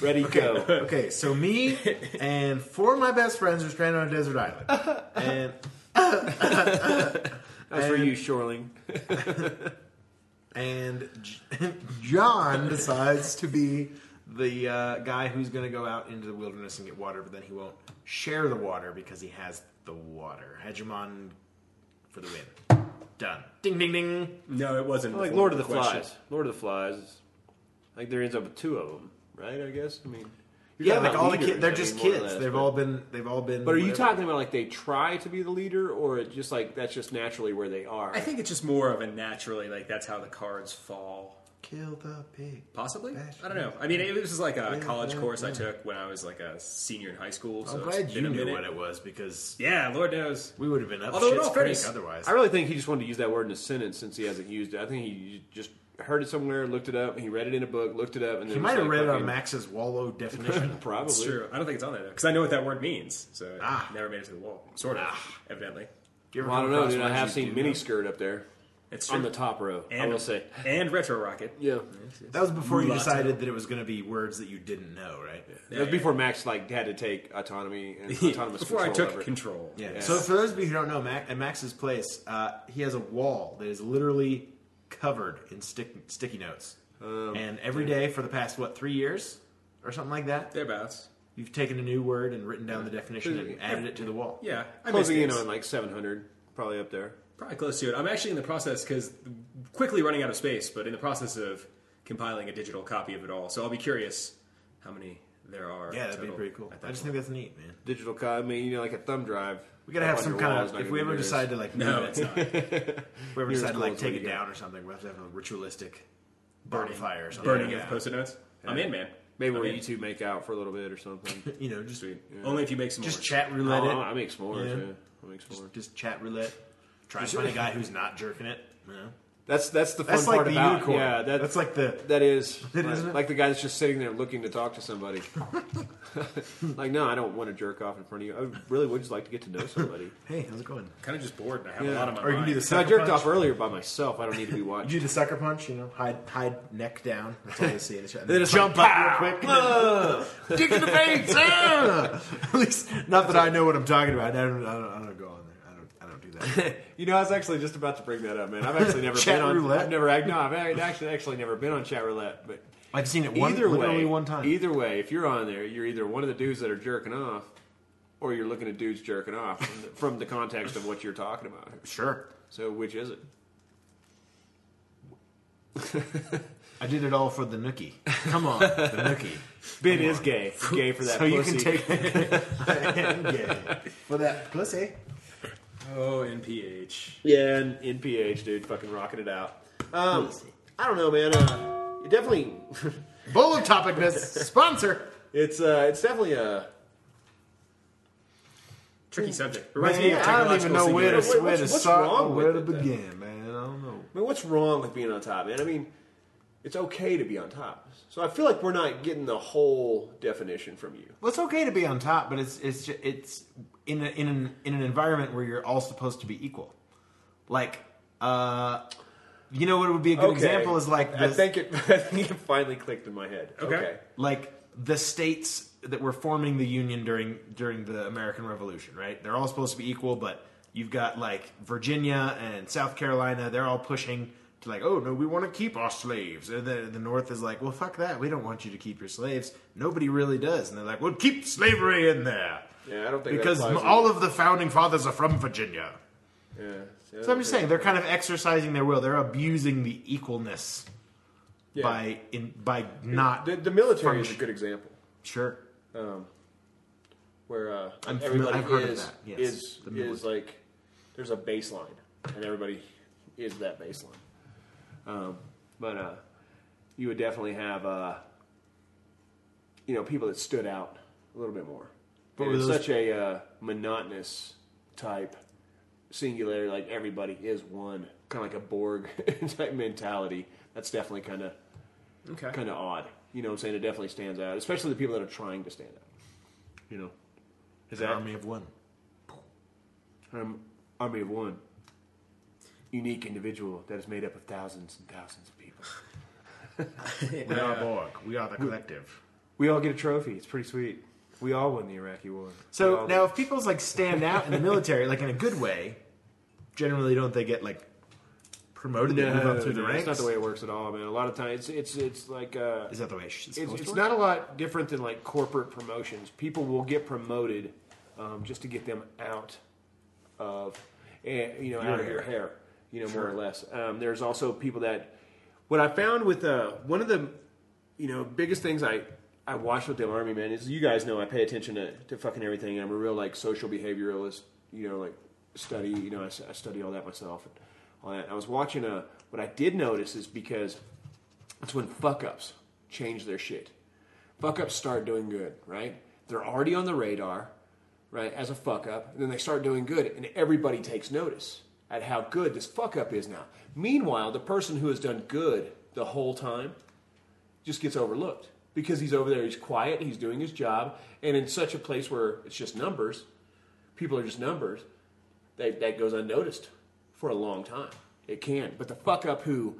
[SPEAKER 2] Ready, go.
[SPEAKER 4] Okay, so me and four of my best friends are stranded on a desert island. And
[SPEAKER 2] That's for you, Shoreling.
[SPEAKER 4] and J- John decides to be the uh, guy who's going to go out into the wilderness and get water, but then he won't share the water because he has the water. Hegemon for the win. Done. Ding ding ding.
[SPEAKER 3] No, it wasn't.
[SPEAKER 2] Like
[SPEAKER 3] before
[SPEAKER 2] Lord of the
[SPEAKER 3] question.
[SPEAKER 2] Flies. Lord of the Flies. Like there ends up with two of them, right? I guess. I mean, you're
[SPEAKER 4] Yeah,
[SPEAKER 2] talking
[SPEAKER 4] like
[SPEAKER 2] about
[SPEAKER 4] all the
[SPEAKER 2] leaders,
[SPEAKER 4] kids, they're
[SPEAKER 2] I mean,
[SPEAKER 4] just
[SPEAKER 2] more or
[SPEAKER 4] kids.
[SPEAKER 2] less,
[SPEAKER 4] They've
[SPEAKER 2] but-
[SPEAKER 4] all been. They've all been.
[SPEAKER 2] But are you
[SPEAKER 4] whatever.
[SPEAKER 2] talking about like they try to be the leader, or it just like that's just naturally where they are?
[SPEAKER 3] I think it's just more of a naturally, like, that's how the cards fall.
[SPEAKER 4] Kill the pig.
[SPEAKER 3] Possibly,
[SPEAKER 4] Bash
[SPEAKER 3] I don't know. I mean, it was just like a
[SPEAKER 4] Yeah,
[SPEAKER 3] college
[SPEAKER 4] yeah,
[SPEAKER 3] course I
[SPEAKER 4] yeah.
[SPEAKER 3] took when I was like a senior in high school. So
[SPEAKER 4] I'm
[SPEAKER 3] it's
[SPEAKER 4] glad
[SPEAKER 3] been
[SPEAKER 4] you
[SPEAKER 3] a
[SPEAKER 4] knew
[SPEAKER 3] minute.
[SPEAKER 4] what it was because
[SPEAKER 3] Yeah, Lord knows.
[SPEAKER 4] we would have been up
[SPEAKER 3] Although, in
[SPEAKER 4] shit's
[SPEAKER 3] all
[SPEAKER 4] creek
[SPEAKER 3] fairness,
[SPEAKER 4] otherwise.
[SPEAKER 2] I really think he just wanted to use that word in a sentence since he hasn't used it. I think he just heard it somewhere, looked it up, he read it in a book, looked it up, and then
[SPEAKER 4] he
[SPEAKER 2] was
[SPEAKER 4] might have
[SPEAKER 2] like,
[SPEAKER 4] read it on
[SPEAKER 2] fucking-
[SPEAKER 4] Max's Wallow definition.
[SPEAKER 2] Probably.
[SPEAKER 3] It's true. I don't think it's on there because I know what that word means. So it
[SPEAKER 4] Ah.
[SPEAKER 3] never made it to the wall. Sort of, evidently.
[SPEAKER 4] Do you ever
[SPEAKER 2] Well, I
[SPEAKER 4] come
[SPEAKER 2] don't know,
[SPEAKER 4] across
[SPEAKER 2] dude. I
[SPEAKER 4] ones
[SPEAKER 2] have
[SPEAKER 4] you
[SPEAKER 2] seen
[SPEAKER 4] do
[SPEAKER 2] mini
[SPEAKER 4] know?
[SPEAKER 2] skirt up there
[SPEAKER 3] It's
[SPEAKER 2] on
[SPEAKER 3] true.
[SPEAKER 2] the top row. I will say,
[SPEAKER 3] and retro rocket.
[SPEAKER 2] yeah.
[SPEAKER 4] That was before you
[SPEAKER 3] Mulatto.
[SPEAKER 4] decided that it was going to be words that you didn't know, right?
[SPEAKER 2] That was before Max like had to take autonomy and autonomous
[SPEAKER 3] Before I
[SPEAKER 2] control
[SPEAKER 3] took
[SPEAKER 2] over it.
[SPEAKER 3] control.
[SPEAKER 4] Yeah.
[SPEAKER 2] Yeah.
[SPEAKER 4] So for those of you who don't know, Mac, at Max's place, uh, he has a wall that is literally covered in stick, sticky notes.
[SPEAKER 2] Oh,
[SPEAKER 4] and every day for the past what three years or something like that,
[SPEAKER 3] Thereabouts.
[SPEAKER 4] you've taken a new word and written down the definition and added it to the wall.
[SPEAKER 3] Yeah. I miss
[SPEAKER 2] closing in
[SPEAKER 3] these.
[SPEAKER 2] on like 700, probably up there.
[SPEAKER 3] Probably close to it. I'm actually in the process because quickly running out of space, but in the process of compiling a digital copy of it all. So I'll be curious how many there are.
[SPEAKER 4] Yeah, that'd be
[SPEAKER 3] total
[SPEAKER 4] pretty cool.
[SPEAKER 3] at that
[SPEAKER 4] I just
[SPEAKER 3] point.
[SPEAKER 4] think that's neat, man.
[SPEAKER 2] Digital copy, I mean, you know, like a thumb drive.
[SPEAKER 4] We gotta
[SPEAKER 2] up
[SPEAKER 4] have
[SPEAKER 2] on
[SPEAKER 4] some
[SPEAKER 2] your
[SPEAKER 4] kind
[SPEAKER 2] wall is
[SPEAKER 4] of.
[SPEAKER 2] not
[SPEAKER 4] If
[SPEAKER 2] gonna
[SPEAKER 4] we
[SPEAKER 2] be
[SPEAKER 4] ever
[SPEAKER 2] very-
[SPEAKER 4] decide to like move
[SPEAKER 3] No,
[SPEAKER 4] it,
[SPEAKER 3] it's not.
[SPEAKER 4] if we ever
[SPEAKER 2] You're
[SPEAKER 4] decide
[SPEAKER 2] as
[SPEAKER 4] to like
[SPEAKER 2] close as
[SPEAKER 4] take
[SPEAKER 2] we
[SPEAKER 4] it
[SPEAKER 2] get.
[SPEAKER 4] down or something, we will have to have a ritualistic
[SPEAKER 3] Burning.
[SPEAKER 4] bonfire or something.
[SPEAKER 3] Burning
[SPEAKER 4] yeah.
[SPEAKER 3] of post-it notes. I'm in, man.
[SPEAKER 2] Maybe
[SPEAKER 3] I'm
[SPEAKER 2] where
[SPEAKER 3] in.
[SPEAKER 2] you two make out for a little bit or something.
[SPEAKER 4] You know, just
[SPEAKER 2] Sweet. Yeah.
[SPEAKER 3] Only if you make some
[SPEAKER 4] just
[SPEAKER 3] more.
[SPEAKER 4] chat roulette
[SPEAKER 2] Oh,
[SPEAKER 4] it.
[SPEAKER 2] I make s'mores.
[SPEAKER 4] Yeah.
[SPEAKER 2] Yeah. I make s'mores.
[SPEAKER 4] just chat roulette. Try to find a guy who's not jerking it. You know?
[SPEAKER 2] That's that's the fun
[SPEAKER 4] That's like
[SPEAKER 2] part
[SPEAKER 4] the
[SPEAKER 2] about
[SPEAKER 4] unicorn.
[SPEAKER 2] yeah. That,
[SPEAKER 4] that's like the
[SPEAKER 2] that is
[SPEAKER 4] It
[SPEAKER 2] like,
[SPEAKER 4] isn't it?
[SPEAKER 2] like the guy that's just sitting there looking to talk to somebody. like no, I don't want to jerk off in front of you. I really would just like to get to know somebody.
[SPEAKER 4] hey, how's it going?
[SPEAKER 3] kind of just bored and I have a
[SPEAKER 2] Yeah.
[SPEAKER 3] lot on my
[SPEAKER 4] Or you can
[SPEAKER 3] mind.
[SPEAKER 4] do the
[SPEAKER 2] So I
[SPEAKER 4] sucker
[SPEAKER 2] jerked
[SPEAKER 4] punch.
[SPEAKER 2] off earlier by myself. I don't need to be
[SPEAKER 4] You
[SPEAKER 2] watched.
[SPEAKER 4] do the sucker punch, you know, hide hide neck down. That's all you see in the chat. And then
[SPEAKER 2] it's
[SPEAKER 4] jump
[SPEAKER 2] like,
[SPEAKER 4] up real quick.
[SPEAKER 1] Dick in the veins.
[SPEAKER 4] Ah! At least, not that I know what I'm talking about. I don't, I don't, I don't go on there. I don't, I don't do that.
[SPEAKER 2] You know, I was actually just about to bring that up, man. I've actually never
[SPEAKER 4] Chat
[SPEAKER 2] been on.
[SPEAKER 4] roulette?
[SPEAKER 2] I've never no, I've actually actually never been on chat roulette. But
[SPEAKER 4] I've seen it one,
[SPEAKER 2] either way,
[SPEAKER 4] literally one time.
[SPEAKER 2] Either way, if you're on there, you're either one of the dudes that are jerking off, or you're looking at dudes jerking off from the, from the context of what you're talking about.
[SPEAKER 4] Sure,
[SPEAKER 2] So which is it?
[SPEAKER 4] I did it all for the nookie. Come on, the nookie.
[SPEAKER 2] Ben is gay. Gay for that
[SPEAKER 4] so you
[SPEAKER 2] pussy.
[SPEAKER 4] can take yeah, for that pussy.
[SPEAKER 3] Oh, NPH.
[SPEAKER 2] yeah, and NPH, dude, fucking rocking it out. Um, I don't know, man. Uh, it definitely,
[SPEAKER 4] Bowl of topicness sponsor.
[SPEAKER 2] it's uh, it's definitely a.
[SPEAKER 3] Tricky subject. Reminds me
[SPEAKER 4] Man, I
[SPEAKER 3] of
[SPEAKER 4] don't even
[SPEAKER 3] technological
[SPEAKER 4] know where to
[SPEAKER 3] singularity.
[SPEAKER 2] Wait,
[SPEAKER 4] where to
[SPEAKER 2] what's- what's
[SPEAKER 4] start
[SPEAKER 2] wrong
[SPEAKER 4] or where to
[SPEAKER 2] with it, then?
[SPEAKER 4] begin, man. I don't know.
[SPEAKER 2] I mean, what's wrong with being on top, man? I mean, it's okay to be on top. So I feel like we're not getting the whole definition from you.
[SPEAKER 4] Well, it's okay to be on top, but it's it's ju- it's in a, in an in an environment where you're all supposed to be equal. Like, uh, you know what would be a good
[SPEAKER 2] Okay.
[SPEAKER 4] example is like
[SPEAKER 2] I
[SPEAKER 4] the
[SPEAKER 2] think it. I think it finally clicked in my head.
[SPEAKER 3] Okay.
[SPEAKER 4] like the states that were forming the union during during the American Revolution, right? They're all supposed to be equal, but you've got like Virginia and South Carolina. They're all pushing to like, oh no, we want to keep our slaves. And the the North is like, well, fuck that. We don't want you to keep your slaves. Nobody really does. And they're like, well, keep slavery in there
[SPEAKER 2] Yeah, I don't think
[SPEAKER 4] because
[SPEAKER 2] that applies
[SPEAKER 4] all of the founding fathers are from Virginia.
[SPEAKER 2] to- Yeah.
[SPEAKER 4] So I'm just saying they're kind of exercising their will. They're abusing the equalness
[SPEAKER 2] Yeah.
[SPEAKER 4] by in by not
[SPEAKER 2] the, the military is a
[SPEAKER 4] function-
[SPEAKER 2] good example
[SPEAKER 4] sure.
[SPEAKER 2] where uh,
[SPEAKER 4] I'm familiar-
[SPEAKER 2] everybody
[SPEAKER 4] I've heard of
[SPEAKER 2] is
[SPEAKER 4] that, yes.
[SPEAKER 2] is
[SPEAKER 4] The
[SPEAKER 2] is
[SPEAKER 4] military.
[SPEAKER 2] like there's a baseline, and everybody is that baseline. Um, but uh, you would definitely have uh, you know people that stood out a little bit more.
[SPEAKER 4] But
[SPEAKER 2] And
[SPEAKER 4] were
[SPEAKER 2] it's
[SPEAKER 4] those-
[SPEAKER 2] such a uh, monotonous type singularity, like everybody is one, kind of like a Borg type mentality. That's definitely kind of
[SPEAKER 3] Okay.
[SPEAKER 2] kind of odd. You know what I'm saying? It definitely stands out, especially the people that are trying to stand out. You know, is that
[SPEAKER 4] army of one.
[SPEAKER 2] um, army of one unique individual that is made up of thousands and thousands of people?
[SPEAKER 4] We are Borg. We are the collective.
[SPEAKER 2] We all get a trophy. It's pretty sweet. We all won the Iraqi War. We
[SPEAKER 4] So
[SPEAKER 2] all
[SPEAKER 4] now,
[SPEAKER 2] won.
[SPEAKER 4] if people's like stand out in the military, like in a good way, generally don't they get like promoted and move up through the
[SPEAKER 2] no,
[SPEAKER 4] ranks?
[SPEAKER 2] That's not the way it works at all, man. A lot of times, it's it's it's like uh,
[SPEAKER 4] Is that the way it's supposed
[SPEAKER 2] it's,
[SPEAKER 4] to
[SPEAKER 2] it's
[SPEAKER 4] work?
[SPEAKER 2] not a lot different than like corporate promotions. People will get promoted um, just to get them out of eh, you know out of your hair, you know more or less. Um, there's also people that what I found with uh, one of the you know biggest things I I watch with the army man is you guys know I pay attention to, to fucking everything. I'm a real like social behavioralist, you know like study you know I, uh, s- I study all that myself and all that. I was watching a what I did notice is because That's when fuck ups change their shit. Fuck ups start doing good, right? They're already on the radar, right, as a fuck up, and then they start doing good, and everybody takes notice at how good this fuck up is now. Meanwhile, the person who has done good the whole time just gets overlooked because he's over there, he's quiet, he's doing his job, and in such a place where it's just numbers, people are just numbers, that, that goes unnoticed for a long time. It can. But the fuck up who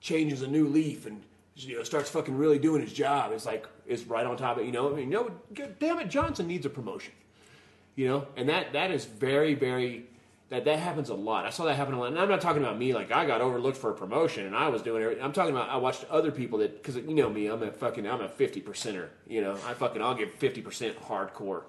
[SPEAKER 2] changes a new leaf and you know, starts fucking really doing his job is like is right on top of you know I mean, you know God damn it Johnson needs a promotion you know and that that is very very that that happens a lot i saw that happen a lot and i'm not talking about me like i got overlooked for a promotion and i was doing everything i'm talking about i watched other people that because you know me i'm a fucking i'm a 50 percenter you know i fucking i'll give 50% hardcore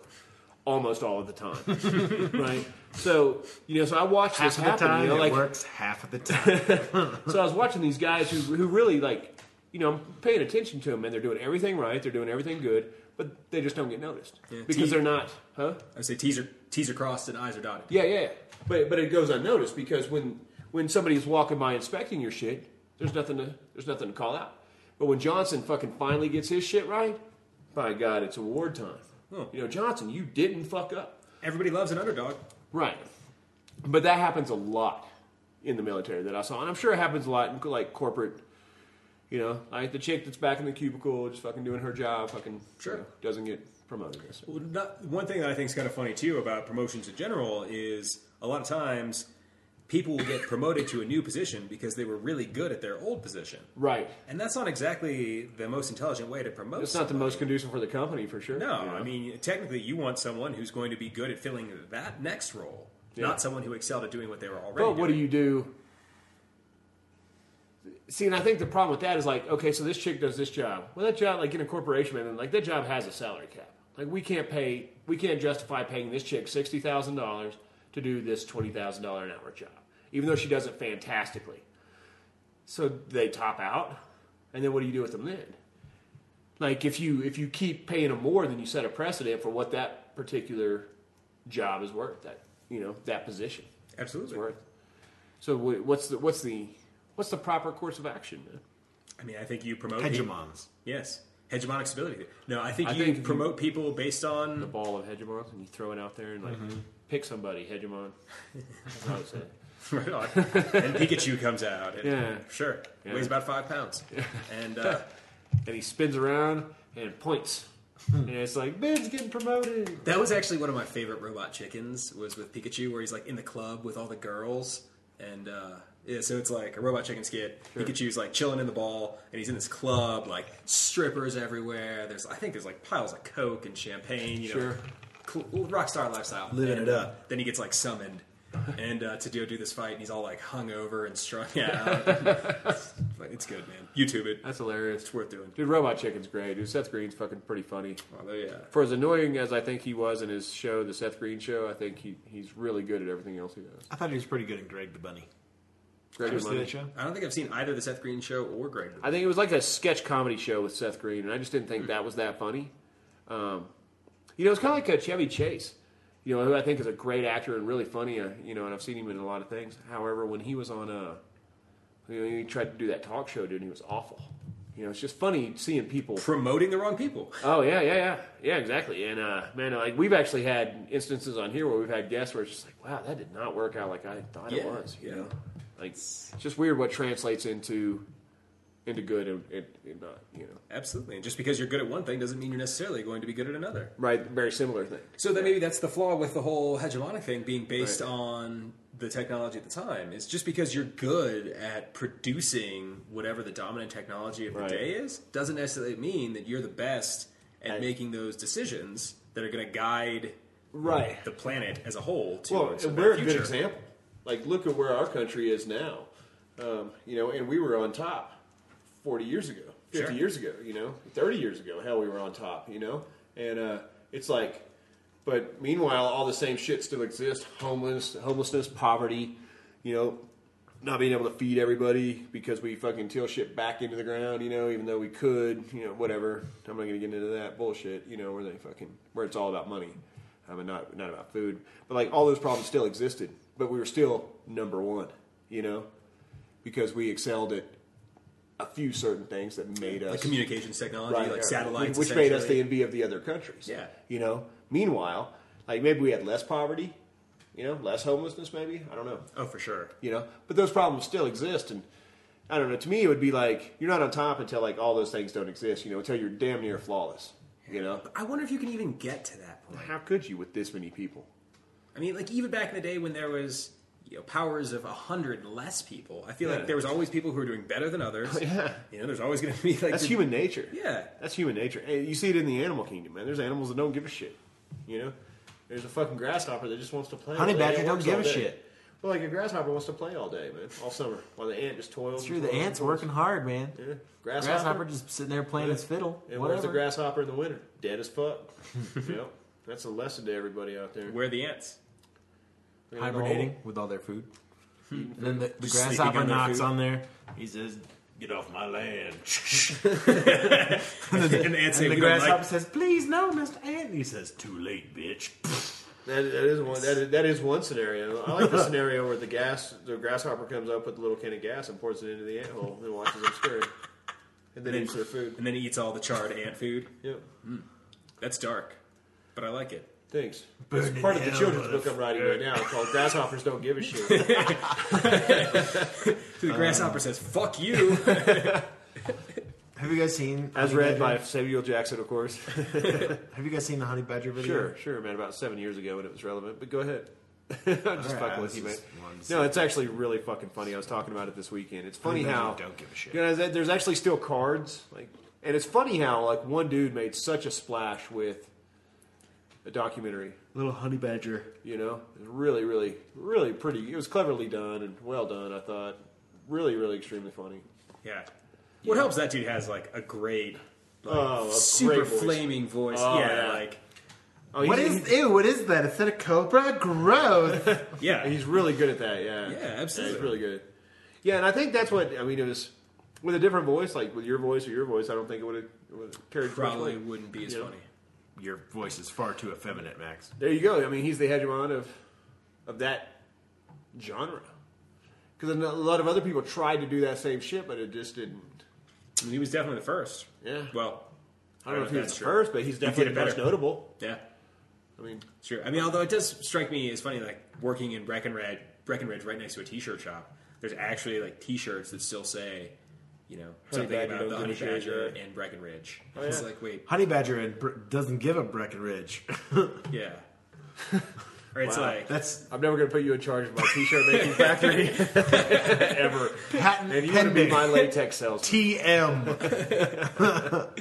[SPEAKER 2] almost all of the time right so you know so i watched
[SPEAKER 4] Half
[SPEAKER 2] this
[SPEAKER 4] of the
[SPEAKER 2] happen
[SPEAKER 4] time
[SPEAKER 2] you know
[SPEAKER 4] it
[SPEAKER 2] like
[SPEAKER 4] works. Half of the time.
[SPEAKER 2] so I was watching these guys who who really like, you know, I'm paying attention to them, and they're doing everything right, they're doing everything good, but they just don't get noticed
[SPEAKER 3] Yeah,
[SPEAKER 2] because
[SPEAKER 3] T-
[SPEAKER 2] they're not, huh?
[SPEAKER 3] I say teaser, teaser crossed and eyes are dotted.
[SPEAKER 2] Yeah, yeah, yeah. But but it goes unnoticed because when when somebody's walking by inspecting your shit, there's nothing to there's nothing to call out. But when Johnson fucking finally gets his shit right, by God, it's award time.
[SPEAKER 3] Huh.
[SPEAKER 2] You know, Johnson, you didn't fuck up.
[SPEAKER 3] Everybody loves an underdog.
[SPEAKER 2] Right. But that happens a lot in the military that I saw, and I'm sure it happens a lot in like corporate. You know, like the chick that's back in the cubicle, just fucking doing her job, fucking
[SPEAKER 3] Sure.
[SPEAKER 2] you know, doesn't get promoted. Yes, sir.
[SPEAKER 3] Well, not, one thing that I think is kind of funny too about promotions in general is a lot of times people will get promoted to a new position because they were really good at their old position,
[SPEAKER 2] Right.
[SPEAKER 3] and that's not exactly the most intelligent way to promote.
[SPEAKER 2] It's not the
[SPEAKER 3] someone.
[SPEAKER 2] most conducive for the company for sure.
[SPEAKER 3] No,
[SPEAKER 2] you know?
[SPEAKER 3] I mean technically, you want someone who's going to be good at filling that next role,
[SPEAKER 2] Yeah.
[SPEAKER 3] not someone who excelled at doing what they were already.
[SPEAKER 2] But what do
[SPEAKER 3] doing.
[SPEAKER 2] you do? See, and I think the problem with that is like, okay, so this chick does this job. Well, that job, like in a corporation, man, like that job has a salary cap. Like we can't pay, we can't justify paying this chick sixty thousand dollars to do this twenty thousand dollar an hour job, even though she does it fantastically. So they top out, and then what do you do with them then? Like if you if you keep paying them more, then you set a precedent for what that particular job is worth. That you know that position
[SPEAKER 3] Absolutely.
[SPEAKER 2] worth. So wh- what's the what's the what's the proper course of action, man?
[SPEAKER 3] I mean, I think you promote
[SPEAKER 4] Hegemons.
[SPEAKER 3] Yes, hegemonic stability. No, I think
[SPEAKER 2] I
[SPEAKER 3] you
[SPEAKER 2] think if you-
[SPEAKER 3] promote people based on
[SPEAKER 2] The ball of hegemon, and you throw it out there and like pick somebody hegemon. That's how it's said.
[SPEAKER 3] Right on. and Pikachu comes out. And,
[SPEAKER 2] Yeah.
[SPEAKER 3] Sure.
[SPEAKER 2] Yeah.
[SPEAKER 3] Weighs about five pounds. And uh,
[SPEAKER 2] and he spins around and points, and it's like Ben's getting promoted.
[SPEAKER 3] that was actually one of my favorite Robot Chickens was with Pikachu, where he's like in the club with all the girls. And uh, yeah, so it's like a Robot Chicken skit. Pikachu's like chilling in the ball, and he's in this club, like strippers everywhere. There's, I think, there's like piles of coke and champagne. You know,
[SPEAKER 2] Sure.
[SPEAKER 3] Cool, rock star lifestyle,
[SPEAKER 4] Living
[SPEAKER 3] And,
[SPEAKER 4] it
[SPEAKER 3] uh,
[SPEAKER 4] up.
[SPEAKER 3] Then he gets like summoned. And uh, to go do this fight, and he's all like hungover and strung out. It's- it's good, man. YouTube it.
[SPEAKER 2] That's hilarious.
[SPEAKER 3] It's worth doing.
[SPEAKER 2] Dude, Robot Chicken's great. Dude, Seth Green's fucking pretty funny.
[SPEAKER 3] Although, yeah.
[SPEAKER 2] For as annoying as I think he was in his show, the Seth Green show, I think he, he's really good at everything else he does.
[SPEAKER 4] I thought he was pretty good in Greg the Bunny.
[SPEAKER 2] Great at
[SPEAKER 4] Seriously,
[SPEAKER 2] money.
[SPEAKER 4] that show?
[SPEAKER 3] I don't think I've seen either the Seth Green show or Greg.
[SPEAKER 2] I think it was like a sketch comedy show with Seth Green, and I just didn't think that was that funny. Um, you know, it's kind of like a Chevy Chase, you know, who I think is a great actor and really funny. Uh, you know, and I've seen him in a lot of things. However, when he was on uh you know, he tried to do that talk show, dude, and he was awful. You know, it's just funny seeing people.
[SPEAKER 3] Promoting the wrong people.
[SPEAKER 2] Oh yeah, yeah, yeah, yeah, exactly. And uh, man, like we've actually had instances on here where we've had guests where it's just like, wow, that did not work out like I thought it
[SPEAKER 3] Yeah,
[SPEAKER 2] was. You
[SPEAKER 3] yeah.
[SPEAKER 2] know, like it's just weird what translates into into good and, and, and not. You know,
[SPEAKER 3] Absolutely. And just because you're good at one thing doesn't mean you're necessarily going to be good at another.
[SPEAKER 2] right? Very similar thing.
[SPEAKER 3] So that maybe that's the flaw with the whole hegemonic thing being based
[SPEAKER 2] Right.
[SPEAKER 3] on the technology at the time. Is just because you're good at producing whatever the dominant technology of the
[SPEAKER 2] Right.
[SPEAKER 3] day is doesn't necessarily mean that you're the best at making those decisions that are going to guide
[SPEAKER 2] Right.
[SPEAKER 3] the planet as a whole to
[SPEAKER 2] Well,
[SPEAKER 3] to
[SPEAKER 2] and we're
[SPEAKER 3] that
[SPEAKER 2] a good
[SPEAKER 3] future.
[SPEAKER 2] example. Like, look at where our country is now. Um, you know, and we were on top 40 years ago, 50
[SPEAKER 3] Sure.
[SPEAKER 2] years ago, you know, 30 years ago. Hell, we were on top, you know? And uh, it's like, but meanwhile, all the same shit still exists homeless, homelessness, poverty, you know, not being able to feed everybody because we fucking till shit back into the ground, you know, even though we could, you know, whatever. I'm not going to get into that bullshit, you know, where they fucking, where it's all about money. I mean, not, not about food. But like all those problems still existed, but we were still number one, you know, because we excelled at a few certain things that made us
[SPEAKER 3] like communications technology,
[SPEAKER 2] Right,
[SPEAKER 3] like
[SPEAKER 2] right.
[SPEAKER 3] satellites,
[SPEAKER 2] which made us the
[SPEAKER 3] essentially.
[SPEAKER 2] envy of the other countries.
[SPEAKER 3] Yeah.
[SPEAKER 2] you know. Meanwhile, like maybe we had less poverty, you know, less homelessness. Maybe I don't know,
[SPEAKER 3] oh for sure.
[SPEAKER 2] you know. But those problems still exist, and I don't know. To me, it would be like you're not on top until like all those things don't exist. You know, until you're damn near flawless. You know,
[SPEAKER 3] I wonder if you can even get to that point.
[SPEAKER 2] how could you with this many people?
[SPEAKER 3] I mean, like even back in the day when there was you know, powers of a hundred less people, I feel
[SPEAKER 2] Yeah.
[SPEAKER 3] like there was always people who were doing better than others.
[SPEAKER 2] Yeah.
[SPEAKER 3] you know, there's always going to be like
[SPEAKER 2] That's
[SPEAKER 3] the-
[SPEAKER 2] human nature.
[SPEAKER 3] Yeah,
[SPEAKER 2] That's human nature. Hey, you see it in the animal kingdom, man. There's animals that don't give a shit. You know, there's a fucking grasshopper that just wants to play.
[SPEAKER 4] Honey
[SPEAKER 2] all day.
[SPEAKER 4] badger
[SPEAKER 2] It
[SPEAKER 4] don't
[SPEAKER 2] works
[SPEAKER 4] give
[SPEAKER 2] all
[SPEAKER 4] a
[SPEAKER 2] day.
[SPEAKER 4] shit.
[SPEAKER 2] Well, like a grasshopper wants to play all day, man, all summer, while the ant just toils.
[SPEAKER 5] It's true.
[SPEAKER 2] and
[SPEAKER 5] The
[SPEAKER 2] toils
[SPEAKER 5] ant's
[SPEAKER 2] and toils.
[SPEAKER 5] working hard, man.
[SPEAKER 2] Yeah. Grasshopper.
[SPEAKER 5] Grasshopper just sitting there playing his fiddle.
[SPEAKER 2] And where's
[SPEAKER 5] Whatever.
[SPEAKER 2] the grasshopper in the winter? Dead as fuck. yep. That's a lesson to everybody out there.
[SPEAKER 3] where are the ants?
[SPEAKER 2] They're in the
[SPEAKER 5] Hibernating
[SPEAKER 2] hole.
[SPEAKER 5] with all their food. And then the, the
[SPEAKER 3] Just sleeping
[SPEAKER 5] grasshopper
[SPEAKER 3] on their
[SPEAKER 5] knocks
[SPEAKER 3] food.
[SPEAKER 5] on there.
[SPEAKER 4] He says, "Get off my land."
[SPEAKER 3] and the ants
[SPEAKER 4] And
[SPEAKER 3] say,
[SPEAKER 4] the
[SPEAKER 3] "We don't
[SPEAKER 4] grasshopper
[SPEAKER 3] like."
[SPEAKER 4] says, "Please, no, Mister Ant." He says, "Too late, bitch."
[SPEAKER 2] "Oh, That, that is one. That is, that is one scenario. I like the scenario where the gas, the grasshopper comes up with a little can of gas and pours it into the ant hole and watches them stir it, and then eats their food.
[SPEAKER 3] And then he eats all the charred ant food.
[SPEAKER 2] Yep.
[SPEAKER 3] That's dark, but I like it.
[SPEAKER 2] Thanks.
[SPEAKER 4] Burn
[SPEAKER 2] It's
[SPEAKER 4] in
[SPEAKER 2] part of the
[SPEAKER 4] hell,
[SPEAKER 2] children's book I'm writing right now called Grasshoppers Don't Give a Shit. Uh,
[SPEAKER 3] So the grasshopper says, "Fuck you."
[SPEAKER 5] Have you guys seen?
[SPEAKER 2] As
[SPEAKER 5] Honey
[SPEAKER 2] read
[SPEAKER 5] Badger?
[SPEAKER 2] by Samuel Jackson, of course.
[SPEAKER 5] Have you guys seen the honey badger video?
[SPEAKER 2] sure, sure, man. About seven years ago when it was relevant, but go ahead. I'm just fucking
[SPEAKER 4] was
[SPEAKER 2] with you, man.
[SPEAKER 4] just wanting to
[SPEAKER 2] No, it's actually really fucking funny. I was talking about it this weekend. It's funny
[SPEAKER 4] Honey Badger
[SPEAKER 2] how
[SPEAKER 4] don't give a shit.
[SPEAKER 2] You know, there's there's actually still cards, like, and it's funny how like one dude made such a splash with a documentary.
[SPEAKER 4] Little honey badger.
[SPEAKER 2] You know, It was really, really, really pretty. It was cleverly done and well done. I thought really, really extremely funny.
[SPEAKER 3] yeah. What helps that dude has like a great, like,
[SPEAKER 2] Oh, a great
[SPEAKER 3] super
[SPEAKER 2] voice.
[SPEAKER 3] flaming voice.
[SPEAKER 2] Oh,
[SPEAKER 3] yeah,
[SPEAKER 2] yeah.
[SPEAKER 3] like
[SPEAKER 2] Oh,
[SPEAKER 4] What
[SPEAKER 2] he's-
[SPEAKER 4] is ew? What is that? Is that a cobra? Gross.
[SPEAKER 3] yeah.
[SPEAKER 2] He's really good at that. Yeah.
[SPEAKER 3] Yeah, absolutely.
[SPEAKER 2] he's really good. Yeah, and I think that's what I mean. It was with a different voice, like with your voice or your voice. I don't think it would have carried.
[SPEAKER 3] probably
[SPEAKER 2] much weight.
[SPEAKER 3] wouldn't be as
[SPEAKER 2] Yeah.
[SPEAKER 3] funny.
[SPEAKER 4] Your voice is far too effeminate, Max.
[SPEAKER 2] There you go. I mean, he's the hegemon of of that genre. Because a lot of other people tried to do that same shit, but it just didn't.
[SPEAKER 3] I mean, he was definitely the first.
[SPEAKER 2] Yeah.
[SPEAKER 3] Well,
[SPEAKER 2] I don't know if he was
[SPEAKER 3] that's
[SPEAKER 2] the
[SPEAKER 3] true.
[SPEAKER 2] first, but he's
[SPEAKER 3] did
[SPEAKER 2] definitely
[SPEAKER 3] it
[SPEAKER 2] the most
[SPEAKER 3] better.
[SPEAKER 2] notable.
[SPEAKER 3] Yeah,
[SPEAKER 2] I mean,
[SPEAKER 3] sure. I mean, although it does strike me as funny, like working in Breckenridge, Breckenridge, right next to a T-shirt shop. There's actually like T-shirts that still say, you know, something
[SPEAKER 2] Badger
[SPEAKER 3] about
[SPEAKER 2] don't
[SPEAKER 3] the
[SPEAKER 2] give a
[SPEAKER 3] Honey
[SPEAKER 2] shit,
[SPEAKER 3] Badger
[SPEAKER 2] yeah.
[SPEAKER 3] and Breckenridge.
[SPEAKER 2] Oh,
[SPEAKER 3] It's
[SPEAKER 2] yeah.
[SPEAKER 3] like, wait,
[SPEAKER 4] Honey badger and Br- doesn't give a Breckenridge.
[SPEAKER 3] yeah. or it's
[SPEAKER 2] Wow.
[SPEAKER 3] like,
[SPEAKER 4] That's
[SPEAKER 2] I'm never going to put you in charge of my t-shirt making factory ever.
[SPEAKER 4] patent
[SPEAKER 2] And you want to be
[SPEAKER 4] pending.
[SPEAKER 2] my latex salesman.
[SPEAKER 4] TM.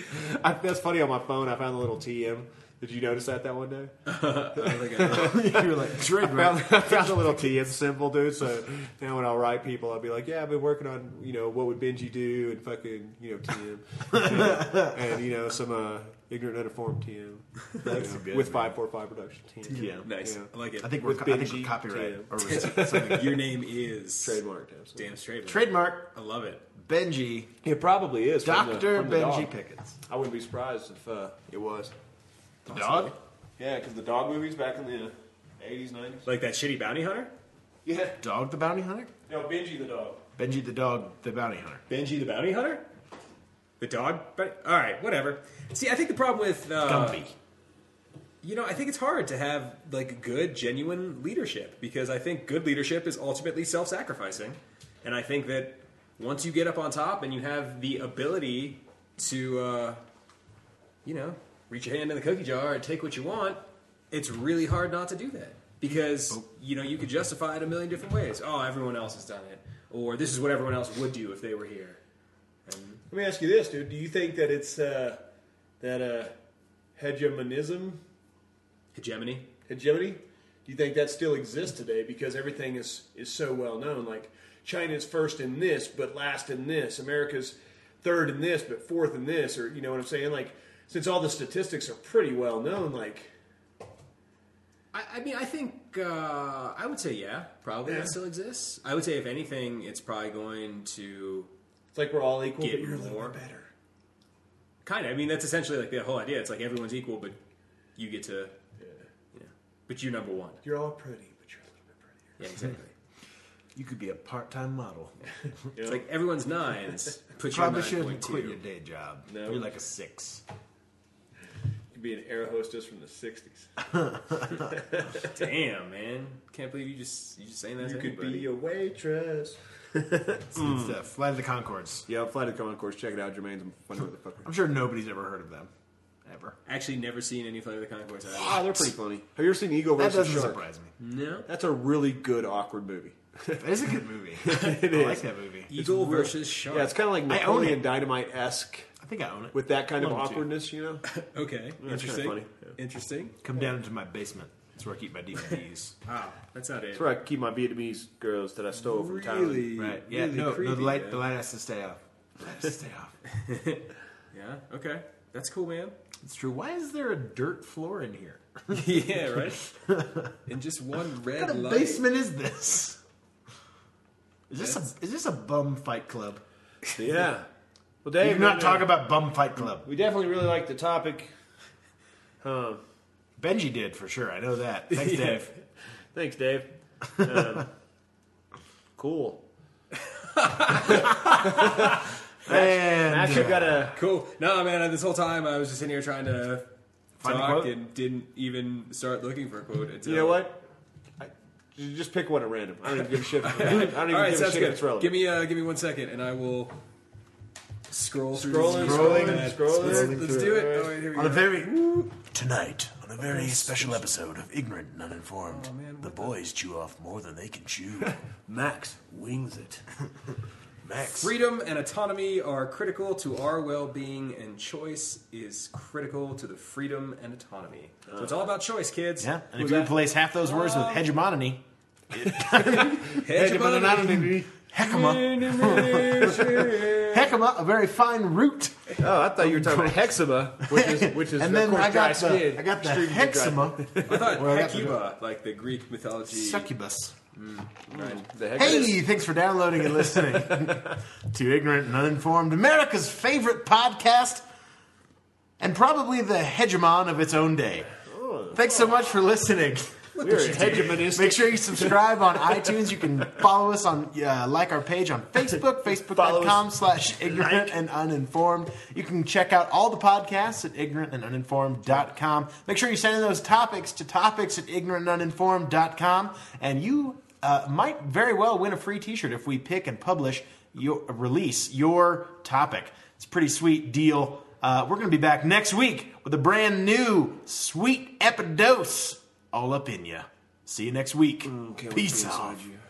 [SPEAKER 2] I, that's funny. On my phone, I found the little TM. Did you notice that that one day?
[SPEAKER 3] I don't think I know.
[SPEAKER 4] You're like drink.
[SPEAKER 2] I found, I found the little TM symbol, dude. So now when I'll write people, I'll be like, "Yeah, I've been working on you know what would Benji do and fucking you know TM and you know some uh, ignorant uninformed TM
[SPEAKER 4] That's
[SPEAKER 2] you know,
[SPEAKER 4] good,
[SPEAKER 2] with
[SPEAKER 4] man.
[SPEAKER 2] five four five production TM
[SPEAKER 4] Yeah.
[SPEAKER 3] nice.
[SPEAKER 2] Yeah.
[SPEAKER 3] I like it.
[SPEAKER 4] I think we're
[SPEAKER 2] With
[SPEAKER 4] co- I think
[SPEAKER 2] Benji,
[SPEAKER 4] we're copyright
[SPEAKER 2] TM.
[SPEAKER 4] or was it something.
[SPEAKER 3] your name is
[SPEAKER 2] trademarked. Absolutely.
[SPEAKER 3] Damn straight. man.
[SPEAKER 4] Trademark
[SPEAKER 3] I love it.
[SPEAKER 4] Benji,
[SPEAKER 2] It probably is from the-
[SPEAKER 4] Doctor
[SPEAKER 2] from the
[SPEAKER 4] Benji
[SPEAKER 2] dog.
[SPEAKER 4] Pickens.
[SPEAKER 2] I wouldn't be surprised if uh, it was.
[SPEAKER 4] The dog.
[SPEAKER 2] Yeah, because the dog movies back in the eighties, nineties.
[SPEAKER 3] Like that shitty bounty hunter.
[SPEAKER 2] Yeah,
[SPEAKER 4] Dog the bounty hunter.
[SPEAKER 2] no Benji the dog.
[SPEAKER 4] Benji the dog the bounty hunter.
[SPEAKER 3] Benji the Bounty Hunter? The dog? But all right, whatever. See, I think the problem with uh,
[SPEAKER 4] Gumby.
[SPEAKER 3] you know, I think it's hard to have like good, genuine leadership because I think good leadership is ultimately self-sacrificing, and I think that once you get up on top and you have the ability to, uh, you know, reach your hand in the cookie jar and take what you want, it's really hard not to do that because you know you could justify it a million different ways. Oh, everyone else has done it, or this is what everyone else would do if they were here. And
[SPEAKER 2] Let me ask you this, dude. Do you think that it's uh, that uh, hegemonism,
[SPEAKER 3] hegemony.
[SPEAKER 2] hegemony? Do you think that still exists today because everything is is so well known? Like China's first in this, but last in this. America's third in this, but fourth in this. Or you know what I'm saying? Like since all the statistics are pretty well known, like
[SPEAKER 3] I, I mean, I think uh, I would say yeah, probably that still exists. I would say if anything, it's probably going to
[SPEAKER 2] it's like we're all equal,
[SPEAKER 3] Get
[SPEAKER 2] but you're a little
[SPEAKER 3] more.
[SPEAKER 2] bit better.
[SPEAKER 3] kind of. I mean, that's essentially like the whole idea. It's like everyone's equal, but you get to, you know, but you're number one.
[SPEAKER 2] You're all pretty, but you're a little bit prettier.
[SPEAKER 3] Yeah, exactly.
[SPEAKER 4] You could be a part-time model.
[SPEAKER 3] It's like everyone's nines. Put your
[SPEAKER 4] Probably shouldn't
[SPEAKER 3] 9.2.
[SPEAKER 4] quit your day job.
[SPEAKER 2] No.
[SPEAKER 4] You're like a six.
[SPEAKER 2] Could be an air hostess from the '60s.
[SPEAKER 3] Damn, man! Can't believe you just you just saying that.
[SPEAKER 2] You
[SPEAKER 3] to
[SPEAKER 2] could
[SPEAKER 3] anybody.
[SPEAKER 2] be a waitress.
[SPEAKER 4] It's,
[SPEAKER 2] Hmm.
[SPEAKER 4] it's the Flight of the Concords.
[SPEAKER 2] Yeah, Flight of the Common Course. Check it out. Jermaine's a funny motherfucker.
[SPEAKER 4] I'm sure nobody's ever heard of them, ever.
[SPEAKER 3] actually never seen any Flight of the Conchords.
[SPEAKER 2] Ah, they're pretty funny. Have you ever seen Eagle
[SPEAKER 4] That
[SPEAKER 2] versus
[SPEAKER 4] doesn't
[SPEAKER 2] Shark?
[SPEAKER 4] surprise me.
[SPEAKER 3] No.
[SPEAKER 2] That's a really good awkward movie.
[SPEAKER 4] It is a good movie. I like that movie.
[SPEAKER 3] Eagle versus shark.
[SPEAKER 2] Yeah, it's kind of like
[SPEAKER 4] I own
[SPEAKER 2] Napoleon
[SPEAKER 4] it.
[SPEAKER 2] Dynamite esque
[SPEAKER 4] I think I own it.
[SPEAKER 2] with that kind of
[SPEAKER 4] One and two.
[SPEAKER 2] awkwardness, you know.
[SPEAKER 3] okay.
[SPEAKER 2] it's kinda
[SPEAKER 3] Interesting.
[SPEAKER 2] funny.
[SPEAKER 3] Interesting.
[SPEAKER 4] Come down into my basement. That's where I keep my DVDs.
[SPEAKER 3] Wow, that's not it.
[SPEAKER 2] That's where I keep my Vietnamese girls that I stole from Thailand.
[SPEAKER 4] right. Yeah.
[SPEAKER 3] really
[SPEAKER 4] no,
[SPEAKER 3] creepy,
[SPEAKER 4] no. The light.
[SPEAKER 3] man.
[SPEAKER 4] The light has to stay off. The light has to stay off.
[SPEAKER 3] Yeah. Okay. That's cool, man.
[SPEAKER 4] It's true. Why is there a dirt floor in here?
[SPEAKER 3] yeah. Right. And just one red
[SPEAKER 4] What kind of
[SPEAKER 3] light.
[SPEAKER 4] basement is this? Is this a is this a bum fight club?
[SPEAKER 2] Yeah. Well,
[SPEAKER 4] We
[SPEAKER 2] Dave,
[SPEAKER 4] do not
[SPEAKER 2] uh,
[SPEAKER 4] talk about bum fight club.
[SPEAKER 2] We definitely really like the topic.
[SPEAKER 4] Benji did for sure. I know that. Thanks, Dave.
[SPEAKER 2] Thanks, Dave. Um, cool.
[SPEAKER 4] And
[SPEAKER 2] I actually
[SPEAKER 4] uh,
[SPEAKER 2] got a
[SPEAKER 3] Cool. No, man. This whole time I was just in here trying to
[SPEAKER 4] Find a
[SPEAKER 3] talk
[SPEAKER 4] quote?
[SPEAKER 3] and didn't even start looking for a quote. Until
[SPEAKER 2] You know what? I, j- just pick one at random. I don't even give a shit. I don't even
[SPEAKER 3] All right,
[SPEAKER 2] give a
[SPEAKER 3] sounds
[SPEAKER 2] shit if
[SPEAKER 3] good.
[SPEAKER 2] it's relevant.
[SPEAKER 3] Give me, uh, give me one second, and I will scroll through.
[SPEAKER 2] Scrolling,
[SPEAKER 3] these-
[SPEAKER 2] scrolling,
[SPEAKER 3] Let's-
[SPEAKER 2] scrolling
[SPEAKER 3] Let's, let's
[SPEAKER 2] through
[SPEAKER 3] do
[SPEAKER 2] it.
[SPEAKER 3] it. All right, here we
[SPEAKER 4] on a
[SPEAKER 3] go.
[SPEAKER 4] very
[SPEAKER 6] Tonight, on a very special episode of Ignorant and Uninformed,
[SPEAKER 3] Oh, man, what
[SPEAKER 6] the
[SPEAKER 3] the-
[SPEAKER 6] boys chew off more than they can chew. Max wings it. Max.
[SPEAKER 3] Freedom and autonomy are critical to our well-being, and choice is critical to the freedom and autonomy. So it's all about choice, kids.
[SPEAKER 4] yeah. And if you replace half those words with hegemony,
[SPEAKER 3] Hegemony.
[SPEAKER 4] heckama, heckama, a very fine root.
[SPEAKER 2] Oh, I thought you were talking about hexama, which is which is
[SPEAKER 4] And
[SPEAKER 2] of
[SPEAKER 4] then
[SPEAKER 2] course,
[SPEAKER 4] I
[SPEAKER 2] dry
[SPEAKER 4] got
[SPEAKER 2] skin.
[SPEAKER 4] the I got the
[SPEAKER 2] Extremely dry skin.
[SPEAKER 4] hexama,
[SPEAKER 3] I thought
[SPEAKER 4] Well, I got the-
[SPEAKER 3] Hecuba, like the Greek mythology.
[SPEAKER 4] succubus.
[SPEAKER 2] The hex-
[SPEAKER 4] Hey, thanks for downloading and listening to Ignorant and Uninformed, America's favorite podcast, and probably the hegemon of its own day. Thanks so much for listening.
[SPEAKER 2] We're Oh. hegemonistic.
[SPEAKER 4] Make sure you subscribe on iTunes. You can follow us on, uh, like our page on Facebook,
[SPEAKER 2] Follow
[SPEAKER 4] facebook.com
[SPEAKER 2] us.
[SPEAKER 4] slash ignorant and uninformed. You can check out all the podcasts at ignorantanduninformed.com. Make sure you send in those topics to topics at ignorantanduninformed.com. And you uh, might very well win a free t shirt if we pick and publish your release your topic. It's a pretty sweet deal. Uh, we're going to be back next week with a brand new sweet epidose all up in you. See you next week.
[SPEAKER 2] Okay, we'll
[SPEAKER 4] Peace
[SPEAKER 2] be inside
[SPEAKER 4] out.
[SPEAKER 2] you.